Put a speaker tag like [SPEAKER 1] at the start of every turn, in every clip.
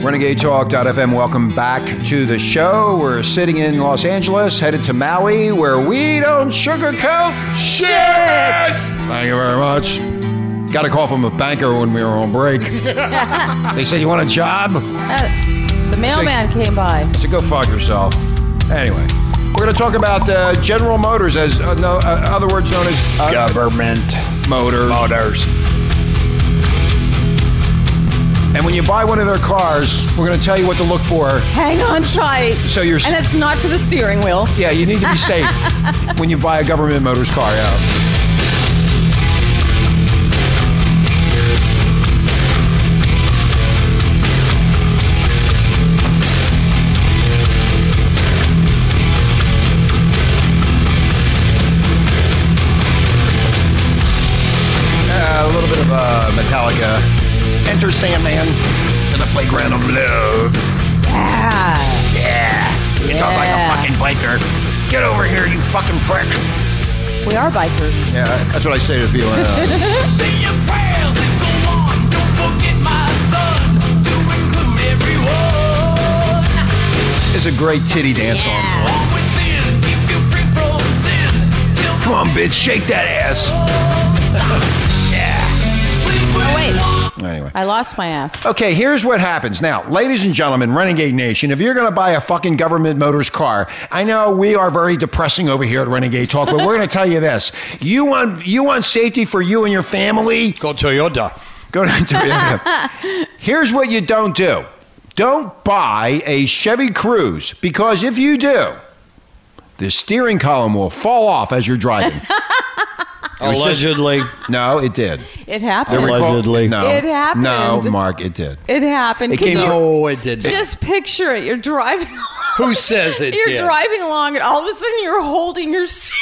[SPEAKER 1] RenegadeTalk.fm. Welcome back to the show. We're sitting in Los Angeles, headed to Maui, where we don't sugarcoat shit. Thank you very much. Got a call from a banker when we were on break. they said, You want a job? I
[SPEAKER 2] Uh, The mailman came by.
[SPEAKER 1] said, Go fuck yourself. Anyway, we're going to talk about uh, General Motors, as uh, no, uh, other words known as uh,
[SPEAKER 3] Government
[SPEAKER 1] Motors.
[SPEAKER 3] motors.
[SPEAKER 1] And when you buy one of their cars, we're going to tell you what to look for.
[SPEAKER 2] Hang on tight.
[SPEAKER 1] So you're-
[SPEAKER 2] And it's not to the steering wheel.
[SPEAKER 1] Yeah, you need to be safe when you buy a government motors car. Yeah. Uh, a little bit of uh, Metallica. Enter Sandman to the playground of love.
[SPEAKER 2] Ah.
[SPEAKER 3] You talk like a
[SPEAKER 2] Yeah.
[SPEAKER 3] fucking biker. Get over here, you fucking prick.
[SPEAKER 2] We are bikers.
[SPEAKER 1] Yeah, that's what I say to people. uh,
[SPEAKER 4] Say your prayers and so on. Don't forget my son to include everyone.
[SPEAKER 1] It's a great titty dance song.
[SPEAKER 4] All within, keep you free from sin. Till
[SPEAKER 1] Come on, bitch, shake that ass.
[SPEAKER 4] sleep when
[SPEAKER 2] wait.
[SPEAKER 1] Anyway.
[SPEAKER 2] I lost my ass.
[SPEAKER 1] Okay, here's what happens. Now, ladies and gentlemen, Renegade Nation, if you're going to buy a fucking government motors car, I know we are very depressing over here at Renegade Talk, but we're going to tell you this. You want you want safety for you and your family?
[SPEAKER 3] Go Toyota.
[SPEAKER 1] Go down to Here's what you don't do. Don't buy a Chevy Cruze because if you do, the steering column will fall off as you're driving.
[SPEAKER 5] Allegedly.
[SPEAKER 1] No, it did.
[SPEAKER 2] It
[SPEAKER 1] There
[SPEAKER 2] happened.
[SPEAKER 1] were-
[SPEAKER 5] Allegedly.
[SPEAKER 1] No.
[SPEAKER 2] It happened.
[SPEAKER 1] No, Mark, it did.
[SPEAKER 2] It happened.
[SPEAKER 1] It
[SPEAKER 2] Can
[SPEAKER 1] came
[SPEAKER 2] you
[SPEAKER 5] No, oh, it did.
[SPEAKER 2] just picture it? You're driving.
[SPEAKER 5] Who says it?
[SPEAKER 2] You're
[SPEAKER 5] did?
[SPEAKER 2] driving along, and all of a sudden you're holding your steering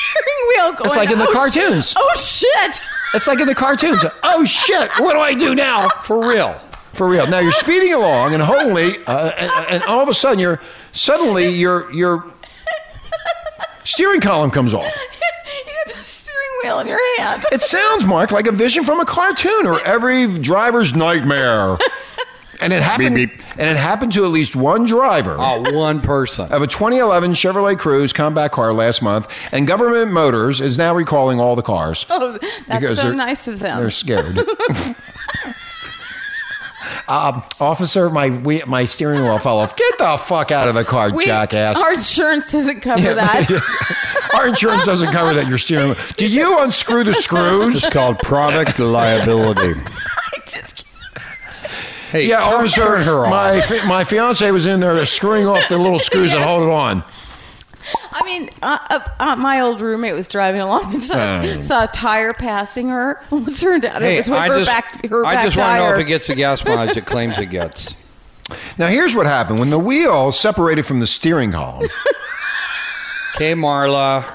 [SPEAKER 2] wheel. Going,
[SPEAKER 1] like in the
[SPEAKER 2] "Oh, sh-
[SPEAKER 1] cartoons."
[SPEAKER 2] Oh shit!
[SPEAKER 1] It's like in the cartoons. Oh shit! What do I do now?
[SPEAKER 5] For real.
[SPEAKER 1] For real. Now you're speeding along, and holy, uh, and, and all of a sudden you're suddenly your your steering column comes off.
[SPEAKER 2] you got the steering wheel in your hand.
[SPEAKER 1] It sounds, Mark, like a vision from a cartoon or every driver's nightmare. And it happened. And it happened to at least one driver.
[SPEAKER 5] Oh, one person.
[SPEAKER 1] Of a 2011 Chevrolet Cruze combat car last month, and Government Motors is now recalling all the cars.
[SPEAKER 2] Oh, that's
[SPEAKER 1] Because
[SPEAKER 2] so
[SPEAKER 1] they're-
[SPEAKER 2] nice of them.
[SPEAKER 1] They're scared. um, officer, my we, my steering wheel fell off. Get the fuck out of the car,
[SPEAKER 2] We-
[SPEAKER 1] jackass.
[SPEAKER 2] Our insurance doesn't cover that.
[SPEAKER 1] Our insurance doesn't cover that. Your steering wheel. Did you unscrew the screws?
[SPEAKER 6] It's called product liability.
[SPEAKER 2] I just
[SPEAKER 5] Hey,
[SPEAKER 1] yeah,
[SPEAKER 5] turn-
[SPEAKER 1] officer.
[SPEAKER 5] turn her off.
[SPEAKER 1] my fi- my fiance was in there screwing off the little screws that hold it on.
[SPEAKER 2] I mean, uh, uh, uh, my old roommate was driving along and saw,
[SPEAKER 1] Oh.
[SPEAKER 2] saw a tire passing her. It turned out
[SPEAKER 5] Hmm. Hey,
[SPEAKER 2] it was with
[SPEAKER 5] I
[SPEAKER 2] her
[SPEAKER 5] just,
[SPEAKER 2] back her
[SPEAKER 5] I
[SPEAKER 2] back
[SPEAKER 5] just
[SPEAKER 2] tire.
[SPEAKER 5] want to know if it gets the gas mileage it claims it gets.
[SPEAKER 1] Now here's what happened when the wheel separated from the steering column.
[SPEAKER 5] Okay, Marla.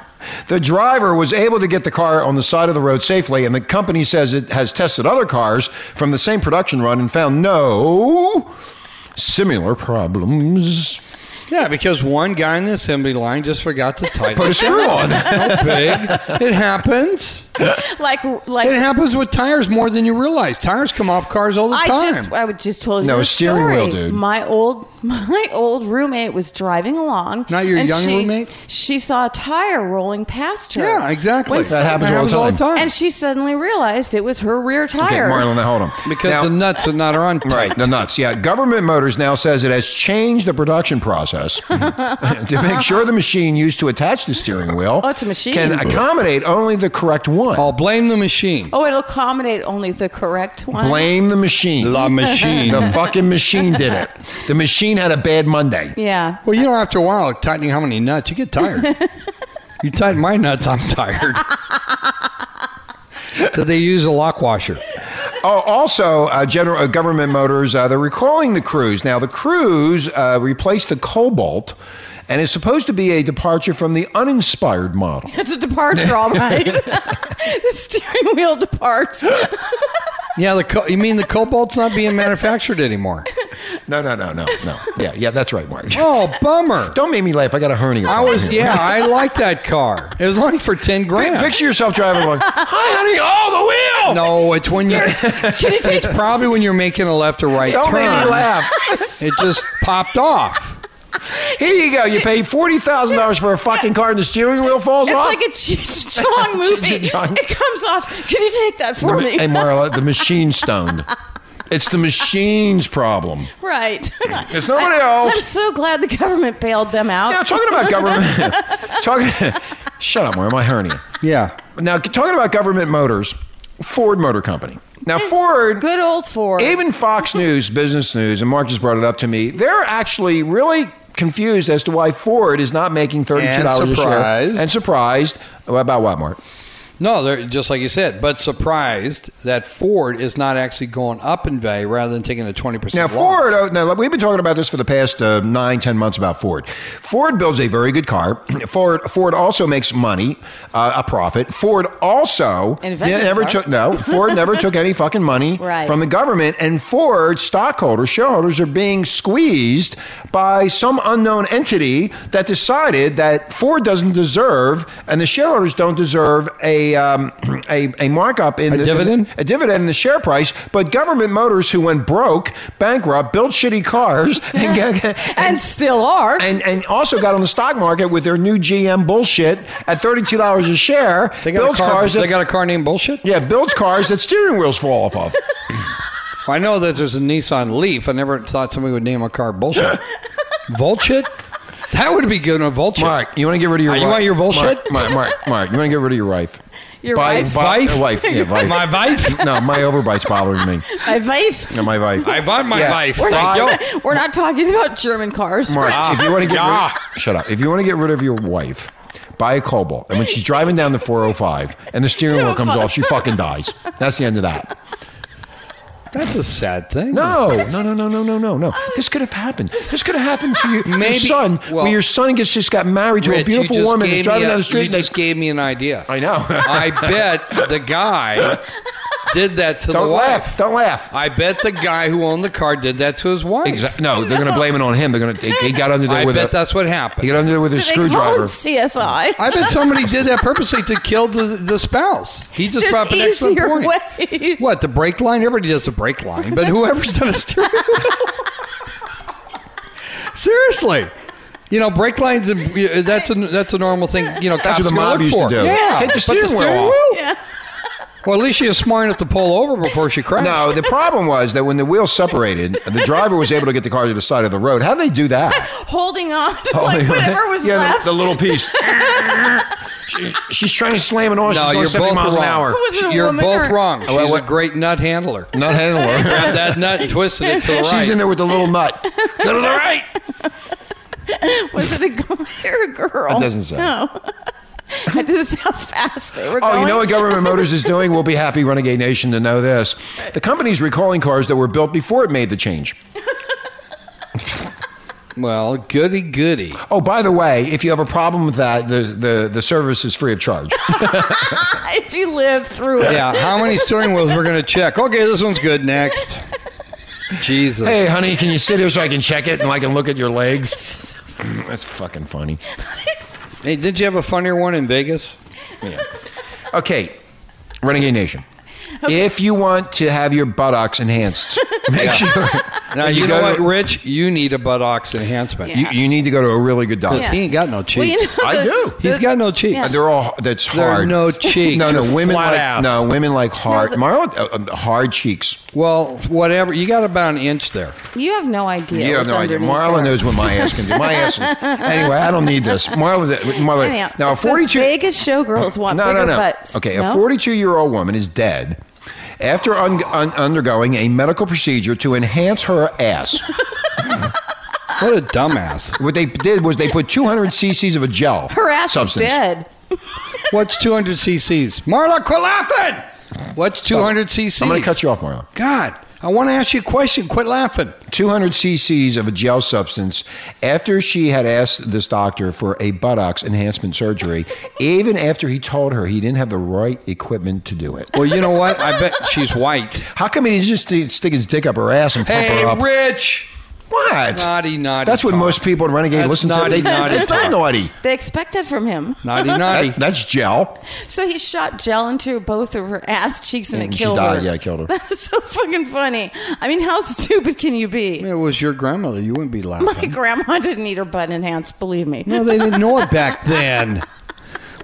[SPEAKER 1] The driver was able to get the car on the side of the road safely, and the company says it has tested other cars from the same production run and found no similar problems.
[SPEAKER 5] Yeah, because one guy in the assembly line just forgot to tighten
[SPEAKER 1] Put a
[SPEAKER 5] it
[SPEAKER 1] screw on.
[SPEAKER 5] down big. It happens.
[SPEAKER 2] like
[SPEAKER 5] It
[SPEAKER 2] like
[SPEAKER 5] happens with tires more than you realize. Tires come off cars all the
[SPEAKER 2] I
[SPEAKER 5] time.
[SPEAKER 2] just I would just told you
[SPEAKER 1] No,
[SPEAKER 2] a
[SPEAKER 1] a steering
[SPEAKER 2] story.
[SPEAKER 1] wheel, dude.
[SPEAKER 2] My old my old roommate was driving along.
[SPEAKER 5] Not your
[SPEAKER 2] and
[SPEAKER 5] young
[SPEAKER 2] she-
[SPEAKER 5] roommate?
[SPEAKER 2] She saw a tire rolling past her.
[SPEAKER 5] yeah, exactly.
[SPEAKER 2] When-
[SPEAKER 1] That happens all the time.
[SPEAKER 2] And she suddenly realized it was her rear
[SPEAKER 1] Okay,
[SPEAKER 2] tire.
[SPEAKER 1] Marlon, now hold on.
[SPEAKER 5] because
[SPEAKER 1] Now-
[SPEAKER 5] the nuts are not on tight.
[SPEAKER 1] Right, the nuts. Yeah, Government Motors now says it has changed the production process to make sure the machine used to attach the steering wheel
[SPEAKER 2] Oh, it's a machine.
[SPEAKER 1] can accommodate only the correct one.
[SPEAKER 5] I'll blame the machine.
[SPEAKER 2] oh, it'll accommodate only the correct one.
[SPEAKER 1] Blame the machine.
[SPEAKER 6] La machine.
[SPEAKER 1] The fucking machine did it. The machine had a bad Monday.
[SPEAKER 2] Yeah.
[SPEAKER 5] Well, you know, after a while, tightening how many nuts, you get tired. you tighten my nuts, I'm tired. Did they use a lock washer?
[SPEAKER 1] Oh, also, uh, General uh, Government Motors, uh, they're recalling the Cruise. Now, the Cruise uh, replaced the Cobalt and is supposed to be a departure from the uninspired model.
[SPEAKER 2] It's a departure, all right. the steering wheel departs.
[SPEAKER 5] Yeah, the co- you mean the cobalt's not being manufactured anymore?
[SPEAKER 1] No, no, no, no, no. Yeah, yeah, that's right, Mark.
[SPEAKER 5] Oh, bummer.
[SPEAKER 1] Don't make me laugh. I got a hernia.
[SPEAKER 5] I was, yeah, I like that car. It was only for 10
[SPEAKER 1] Pi-
[SPEAKER 5] grand.
[SPEAKER 1] Picture yourself driving along. Hi, honey. Oh, the wheel.
[SPEAKER 5] No, it's when you. Can it take? Probably when you're making a left or right
[SPEAKER 1] Don't
[SPEAKER 5] turn.
[SPEAKER 1] make me laugh.
[SPEAKER 5] It just popped off.
[SPEAKER 1] Here you go. You pay forty thousand dollars for a fucking car, and the steering wheel falls
[SPEAKER 2] It's
[SPEAKER 1] off.
[SPEAKER 2] like a Cheech and Chong movie.
[SPEAKER 1] Cheech and Chong.
[SPEAKER 2] It comes off. Can you take that for me?
[SPEAKER 1] hey, Marla, the machine stoned. It's the machine's problem.
[SPEAKER 2] right.
[SPEAKER 1] It's nobody else.
[SPEAKER 2] I'm so glad the government bailed them out.
[SPEAKER 1] Now talking about government. talking. Shut up, Marla. My hernia.
[SPEAKER 5] Yeah.
[SPEAKER 1] Now talking about government motors, Ford Motor Company. Now Ford.
[SPEAKER 2] Good old Ford.
[SPEAKER 1] Even Fox News, Business News, and Mark just brought it up to me. They're actually really confused as to why Ford is not making thirty-two dollars
[SPEAKER 5] And
[SPEAKER 1] a share.
[SPEAKER 5] surprised.
[SPEAKER 1] And surprised about what, Mark?
[SPEAKER 5] No, they're just like you said, but surprised that Ford is not actually going up in value rather than taking a twenty
[SPEAKER 1] Now,
[SPEAKER 5] percent.
[SPEAKER 1] Ford. Uh, now, we've been talking about this for the past uh, nine, ten months about Ford. Ford builds a very good car. Ford. Ford also makes money, uh, a profit. Ford also
[SPEAKER 2] Invented
[SPEAKER 1] Yeah, never
[SPEAKER 2] the car.
[SPEAKER 1] took no. Ford never took any fucking money
[SPEAKER 2] Right.
[SPEAKER 1] from the government, and Ford stockholders, shareholders are being squeezed by some unknown entity that decided that Ford doesn't deserve, and the shareholders don't deserve a um, a, a markup in
[SPEAKER 5] A
[SPEAKER 1] the
[SPEAKER 5] dividend?
[SPEAKER 1] a dividend in the share price, but Government Motors, who went broke, bankrupt, built shitty cars, and, got-
[SPEAKER 2] and still are.
[SPEAKER 1] and, and also got on the stock market with their new GM bullshit at thirty two dollars a share.
[SPEAKER 5] They got, a
[SPEAKER 1] builds
[SPEAKER 5] car,
[SPEAKER 1] cars.
[SPEAKER 5] they
[SPEAKER 1] that,
[SPEAKER 5] got a car named Bullshit?
[SPEAKER 1] yeah, builds cars that steering wheels fall off of.
[SPEAKER 5] I know that there's a Nissan Leaf. I never thought somebody would name a car Bullshit. Vulshit? That would be good on Vulshit.
[SPEAKER 1] Mark, you want to get rid of your
[SPEAKER 5] Uh, you
[SPEAKER 1] wife?
[SPEAKER 5] want your bullshit?
[SPEAKER 1] Mark, Mark, Mark, Mark, you want to get rid of your wife?
[SPEAKER 2] Your
[SPEAKER 1] Bi-
[SPEAKER 2] wife?
[SPEAKER 1] bi-
[SPEAKER 5] Wife?
[SPEAKER 1] wife, yeah, wife.
[SPEAKER 5] My wife?
[SPEAKER 1] no, my overbite's bothering me.
[SPEAKER 2] my wife.
[SPEAKER 1] No, my wife.
[SPEAKER 5] I want my
[SPEAKER 1] Yeah.
[SPEAKER 5] wife.
[SPEAKER 1] We're
[SPEAKER 5] Thank
[SPEAKER 1] not-
[SPEAKER 5] you.
[SPEAKER 2] We're not talking about German cars.
[SPEAKER 1] Mark, if you want to get
[SPEAKER 5] Ah, yeah.
[SPEAKER 1] rid, shut up. If you want to get rid of your wife, buy a Cobalt, and when she's driving down the 405 and the steering wheel comes off, she fucking dies. That's the end of that.
[SPEAKER 5] That's a sad thing.
[SPEAKER 1] No, no, no, no, no, no, no, no. This could have happened. This could have happened to you, your
[SPEAKER 5] Maybe-
[SPEAKER 1] son,
[SPEAKER 5] well,
[SPEAKER 1] when your son gets just got married to
[SPEAKER 5] Rich,
[SPEAKER 1] a
[SPEAKER 5] you
[SPEAKER 1] beautiful
[SPEAKER 5] just
[SPEAKER 1] woman
[SPEAKER 5] gave
[SPEAKER 1] who's driving
[SPEAKER 5] me a-
[SPEAKER 1] down the street.
[SPEAKER 5] You
[SPEAKER 1] and they-
[SPEAKER 5] just gave me an idea.
[SPEAKER 1] I know.
[SPEAKER 5] I bet the guy did that to
[SPEAKER 1] Don't
[SPEAKER 5] the
[SPEAKER 1] laugh.
[SPEAKER 5] wife.
[SPEAKER 1] Don't laugh.
[SPEAKER 5] I bet the guy who owned the car did that to his wife.
[SPEAKER 1] Exactly. No, they're going to blame it on him. They're going to. He got under there
[SPEAKER 5] I
[SPEAKER 1] with
[SPEAKER 5] bet
[SPEAKER 1] a.
[SPEAKER 5] that's what
[SPEAKER 1] He
[SPEAKER 5] happened.
[SPEAKER 1] got under there with a
[SPEAKER 2] They call
[SPEAKER 1] screwdriver.
[SPEAKER 2] it CSI.
[SPEAKER 5] I bet somebody did that purposely to kill the, the spouse. He just brought up
[SPEAKER 2] There's
[SPEAKER 5] an excellent
[SPEAKER 2] easier
[SPEAKER 5] point.
[SPEAKER 2] ways.
[SPEAKER 5] What the brake line? Everybody does the brake line, but whoever's done a steering wheel- seriously, you know, brake lines and that's a that's a normal thing. You know,
[SPEAKER 1] That's
[SPEAKER 5] cops
[SPEAKER 1] what the
[SPEAKER 5] go
[SPEAKER 1] mob
[SPEAKER 5] look
[SPEAKER 1] used to
[SPEAKER 5] for.
[SPEAKER 1] do.
[SPEAKER 5] Yeah,
[SPEAKER 1] Take the
[SPEAKER 5] But
[SPEAKER 1] steering wheel off.
[SPEAKER 2] Yeah.
[SPEAKER 5] Well, at least she was smart enough to pull over before she crashed.
[SPEAKER 1] No, the problem was that when the wheels separated, the driver was able to get the car to the side of the road. How did they do that? Oh,
[SPEAKER 2] Holding on to like whatever was
[SPEAKER 1] yeah,
[SPEAKER 2] left.
[SPEAKER 1] The, the little piece. She- she's trying to slam it on.
[SPEAKER 5] No,
[SPEAKER 1] she's going
[SPEAKER 5] you're
[SPEAKER 1] 70
[SPEAKER 5] both
[SPEAKER 1] miles
[SPEAKER 5] wrong.
[SPEAKER 1] an hour.
[SPEAKER 2] Who was it, a
[SPEAKER 5] You're
[SPEAKER 2] woman
[SPEAKER 5] both
[SPEAKER 2] or-
[SPEAKER 5] wrong. She's
[SPEAKER 1] Well,
[SPEAKER 5] a
[SPEAKER 1] what-
[SPEAKER 5] great nut handler.
[SPEAKER 1] Not handler.
[SPEAKER 5] Grabbed that nut and twisted it to the right.
[SPEAKER 1] She's in there with the little nut.
[SPEAKER 3] Go to the right.
[SPEAKER 2] Was it a guy or a girl?
[SPEAKER 1] It doesn't say.
[SPEAKER 2] No. I just how fast they were
[SPEAKER 1] Oh,
[SPEAKER 2] going.
[SPEAKER 1] you know what Government Motors is doing? We'll be happy, Renegade Nation, to know this. The company's recalling cars that were built before it made the change.
[SPEAKER 5] Well, goody goody.
[SPEAKER 1] Oh, by the way, if you have a problem with that, the, the, the service is free of charge.
[SPEAKER 2] if you live through it.
[SPEAKER 5] Yeah, how many steering wheels we're gonna check? Okay, this one's good. Next. Jesus.
[SPEAKER 1] Hey, honey, can you sit here so I can check it and I can look at your legs? Mm, That's fucking funny.
[SPEAKER 5] Hey, did you have a funnier one in Vegas?
[SPEAKER 1] Okay, Renegade Nation. If you want to have your buttocks enhanced, make sure
[SPEAKER 5] Now
[SPEAKER 1] you
[SPEAKER 5] you,
[SPEAKER 1] go
[SPEAKER 5] know what,
[SPEAKER 1] to-
[SPEAKER 5] Rich? You need a buttocks enhancement.
[SPEAKER 1] you, you need to go to a really good doctor.
[SPEAKER 5] Because he ain't got no
[SPEAKER 2] Well, you
[SPEAKER 5] cheeks.
[SPEAKER 2] know,
[SPEAKER 1] I
[SPEAKER 2] the-
[SPEAKER 1] do.
[SPEAKER 5] He's got no cheeks.
[SPEAKER 2] Yeah.
[SPEAKER 1] They're all that's
[SPEAKER 5] There are
[SPEAKER 1] hard.
[SPEAKER 5] no cheeks.
[SPEAKER 1] No, no,
[SPEAKER 5] You're
[SPEAKER 1] women
[SPEAKER 5] flat
[SPEAKER 1] like
[SPEAKER 5] ass.
[SPEAKER 1] no women like hard.
[SPEAKER 2] the-
[SPEAKER 1] Marla, uh, uh, hard cheeks.
[SPEAKER 5] Well, whatever. You got about an inch there.
[SPEAKER 2] You have no idea.
[SPEAKER 1] you have
[SPEAKER 2] what's
[SPEAKER 1] no idea.
[SPEAKER 2] underneath
[SPEAKER 1] Marla
[SPEAKER 2] there.
[SPEAKER 1] knows what my ass can do. My ass. Is, anyway, I don't need this. Marla, Marla.
[SPEAKER 2] Anyhow,
[SPEAKER 1] now, a
[SPEAKER 2] it's those
[SPEAKER 1] forty-two.
[SPEAKER 2] Vegas showgirls want
[SPEAKER 1] no,
[SPEAKER 2] bigger
[SPEAKER 1] no, no.
[SPEAKER 2] butts.
[SPEAKER 1] Okay,
[SPEAKER 2] No?
[SPEAKER 1] a 42 year old woman is dead after un- un- undergoing a medical procedure to enhance her ass.
[SPEAKER 5] What a dumbass.
[SPEAKER 1] what they did was they put 200 cc's of a gel.
[SPEAKER 2] Her ass
[SPEAKER 1] substance.
[SPEAKER 2] is dead.
[SPEAKER 5] What's 200 cc's? Marla, quit laughing. What's 200 cc's?
[SPEAKER 1] I'm going to cut you off, Marla.
[SPEAKER 5] God, I want to ask you a question. Quit laughing.
[SPEAKER 1] 200 cc's of a gel substance after she had asked this doctor for a buttocks enhancement surgery, even after he told her he didn't have the right equipment to do it.
[SPEAKER 5] Well, you know what? I bet she's white.
[SPEAKER 1] How come he didn't just st- stick his dick up her ass and pump
[SPEAKER 5] Hey,
[SPEAKER 1] her up?
[SPEAKER 5] Rich.
[SPEAKER 1] What?
[SPEAKER 5] Naughty, naughty.
[SPEAKER 1] That's what
[SPEAKER 5] talk.
[SPEAKER 1] most people in Renegade
[SPEAKER 5] That's
[SPEAKER 1] listen
[SPEAKER 5] naughty,
[SPEAKER 1] to. They-
[SPEAKER 5] naughty
[SPEAKER 1] it's not
[SPEAKER 5] talk.
[SPEAKER 1] naughty.
[SPEAKER 2] They expect that from him.
[SPEAKER 5] Naughty, naughty.
[SPEAKER 1] That- that's gel.
[SPEAKER 2] So he shot gel into both of her ass cheeks and,
[SPEAKER 1] And
[SPEAKER 2] it
[SPEAKER 1] Mm, she
[SPEAKER 2] killed
[SPEAKER 1] died.
[SPEAKER 2] her.
[SPEAKER 1] Yeah, it killed her.
[SPEAKER 2] That is so fucking funny. I mean, how stupid can you be?
[SPEAKER 5] it was your grandmother. You wouldn't be laughing.
[SPEAKER 2] My grandma didn't need her butt enhanced, believe me.
[SPEAKER 5] No, they didn't know it back then.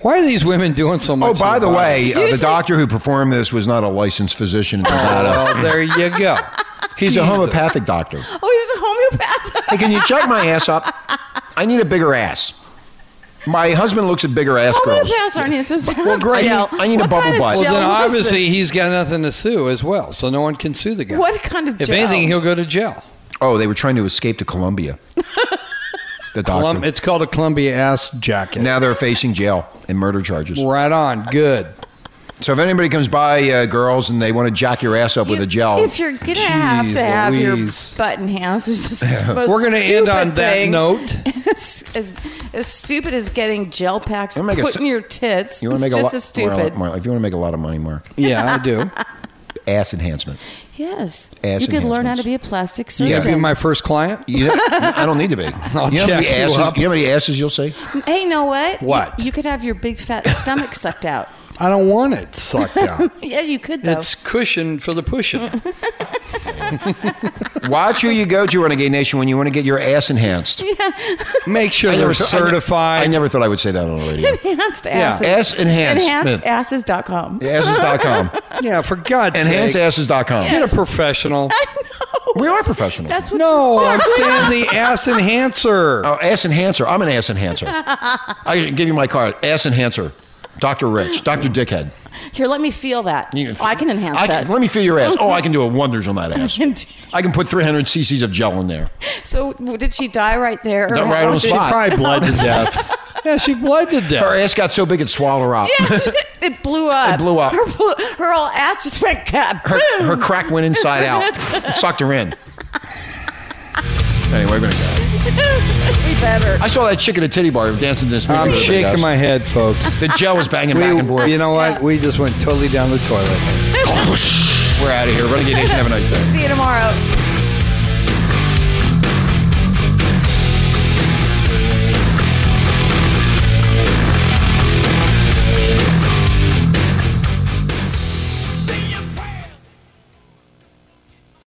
[SPEAKER 5] Why are these women doing so
[SPEAKER 1] Oh,
[SPEAKER 5] much?
[SPEAKER 1] by the
[SPEAKER 5] about
[SPEAKER 1] way,
[SPEAKER 5] it?
[SPEAKER 1] uh, the
[SPEAKER 2] Usually-
[SPEAKER 1] doctor who performed this was not a licensed physician in Nevada.
[SPEAKER 5] Oh, well, there you go.
[SPEAKER 1] He's a homeopathic doctor.
[SPEAKER 2] Oh, he was a homeopath.
[SPEAKER 1] Hey, can you check my ass up? I need a bigger ass. My husband looks at bigger ass girls.
[SPEAKER 2] Homeopaths aren't even supposed to have well,
[SPEAKER 1] great.
[SPEAKER 2] gel.
[SPEAKER 1] I need a
[SPEAKER 2] What
[SPEAKER 1] bubble
[SPEAKER 2] kind of
[SPEAKER 1] butt.
[SPEAKER 5] Well,
[SPEAKER 2] gel
[SPEAKER 5] then
[SPEAKER 2] was
[SPEAKER 5] obviously
[SPEAKER 2] this?
[SPEAKER 5] he's got nothing to sue as well, so no one can sue the guy.
[SPEAKER 2] What kind of
[SPEAKER 5] If
[SPEAKER 2] gel?
[SPEAKER 5] anything, he'll go to jail.
[SPEAKER 1] Oh, they were trying to escape to Colombia. The doctor.
[SPEAKER 5] Colum- it's called a Columbia ass jacket.
[SPEAKER 1] now they're facing jail and murder charges.
[SPEAKER 5] right on. Good.
[SPEAKER 1] So if anybody comes by, uh, girls, and they want to jack your ass up with
[SPEAKER 2] You-
[SPEAKER 1] a gel,
[SPEAKER 2] If you're gonna have to
[SPEAKER 5] Jeez
[SPEAKER 2] have
[SPEAKER 5] Louise.
[SPEAKER 2] your butt enhanced, which is the most
[SPEAKER 5] We're going to end
[SPEAKER 2] stupid
[SPEAKER 5] on that
[SPEAKER 2] thing.
[SPEAKER 5] note.
[SPEAKER 2] as, as, as stupid as getting gel packs
[SPEAKER 1] I'm
[SPEAKER 2] put
[SPEAKER 1] gonna make a
[SPEAKER 2] in
[SPEAKER 1] st-
[SPEAKER 2] your tits.
[SPEAKER 1] you want to
[SPEAKER 2] it's
[SPEAKER 1] make
[SPEAKER 2] just
[SPEAKER 1] a lot
[SPEAKER 2] as stupid.
[SPEAKER 1] Marla, Marla, if you want to make a lot of money, Mark,
[SPEAKER 5] Yeah, I do.
[SPEAKER 1] ass enhancement.
[SPEAKER 2] Yes,
[SPEAKER 1] Ass
[SPEAKER 2] you could learn how
[SPEAKER 1] enhancements.
[SPEAKER 2] to be a plastic
[SPEAKER 5] You
[SPEAKER 2] surgeon.
[SPEAKER 5] going to be my first client?
[SPEAKER 1] You- I don't need to be. you, know how
[SPEAKER 5] check
[SPEAKER 1] many
[SPEAKER 5] you
[SPEAKER 1] asses,
[SPEAKER 5] up.
[SPEAKER 1] you know how many asses you'll see?
[SPEAKER 2] hey, you know what? You-
[SPEAKER 5] What?
[SPEAKER 2] You, could have your big fat stomach sucked out.
[SPEAKER 5] I don't want it sucked out.
[SPEAKER 2] Yeah, you could though.
[SPEAKER 5] It's cushion for the pushing.
[SPEAKER 1] Watch who you go to, Renegade Nation, when you want to get your ass enhanced.
[SPEAKER 5] Make sure
[SPEAKER 1] I
[SPEAKER 5] they're
[SPEAKER 1] never thought- I ne-
[SPEAKER 5] certified.
[SPEAKER 1] I never thought I would say that on the radio.
[SPEAKER 2] enhanced
[SPEAKER 5] Yeah.
[SPEAKER 2] asses.
[SPEAKER 1] Ass enhanced.
[SPEAKER 2] Enhancedasses.com.
[SPEAKER 1] Asses.com.
[SPEAKER 5] yeah, for God's sake.
[SPEAKER 1] Enhanceasses.com.
[SPEAKER 5] Get a professional.
[SPEAKER 2] I know.
[SPEAKER 1] We are professional.
[SPEAKER 2] That's what.
[SPEAKER 5] No, I'm saying the ass enhancer.
[SPEAKER 1] Oh, ass enhancer. I'm an ass enhancer. I give you my card. Ass enhancer. Dr. Rich. Dr. Dickhead.
[SPEAKER 2] Here, let me feel that.
[SPEAKER 1] You can-
[SPEAKER 2] I can enhance
[SPEAKER 1] I
[SPEAKER 2] that.
[SPEAKER 1] Let me feel your ass. Oh, I can do a wonders on that ass.
[SPEAKER 2] And-
[SPEAKER 1] I can put 300 cc's of gel in there.
[SPEAKER 2] so, w- did she die right there? or
[SPEAKER 1] Not right
[SPEAKER 2] how
[SPEAKER 1] on the
[SPEAKER 2] did-
[SPEAKER 1] spot.
[SPEAKER 5] Probably bled to death. yeah, she bled to
[SPEAKER 1] Her
[SPEAKER 5] death.
[SPEAKER 1] ass got so big it swallowed her up.
[SPEAKER 2] it blew up.
[SPEAKER 1] It blew up.
[SPEAKER 2] Her, blo- her whole ass just went cap.
[SPEAKER 1] Her, her crack went inside out. Sucked her in. Anyway, we're going to go.
[SPEAKER 2] we better.
[SPEAKER 1] I saw that chick at a titty bar dancing this music.
[SPEAKER 5] I'm
[SPEAKER 1] with her big ass.
[SPEAKER 5] shaking my head, folks.
[SPEAKER 1] The gel was banging
[SPEAKER 5] We,
[SPEAKER 1] back and forth.
[SPEAKER 5] you know what? We just went totally down the toilet.
[SPEAKER 1] We're out of here. Renegade Nation, have a nice day.
[SPEAKER 2] See you tomorrow.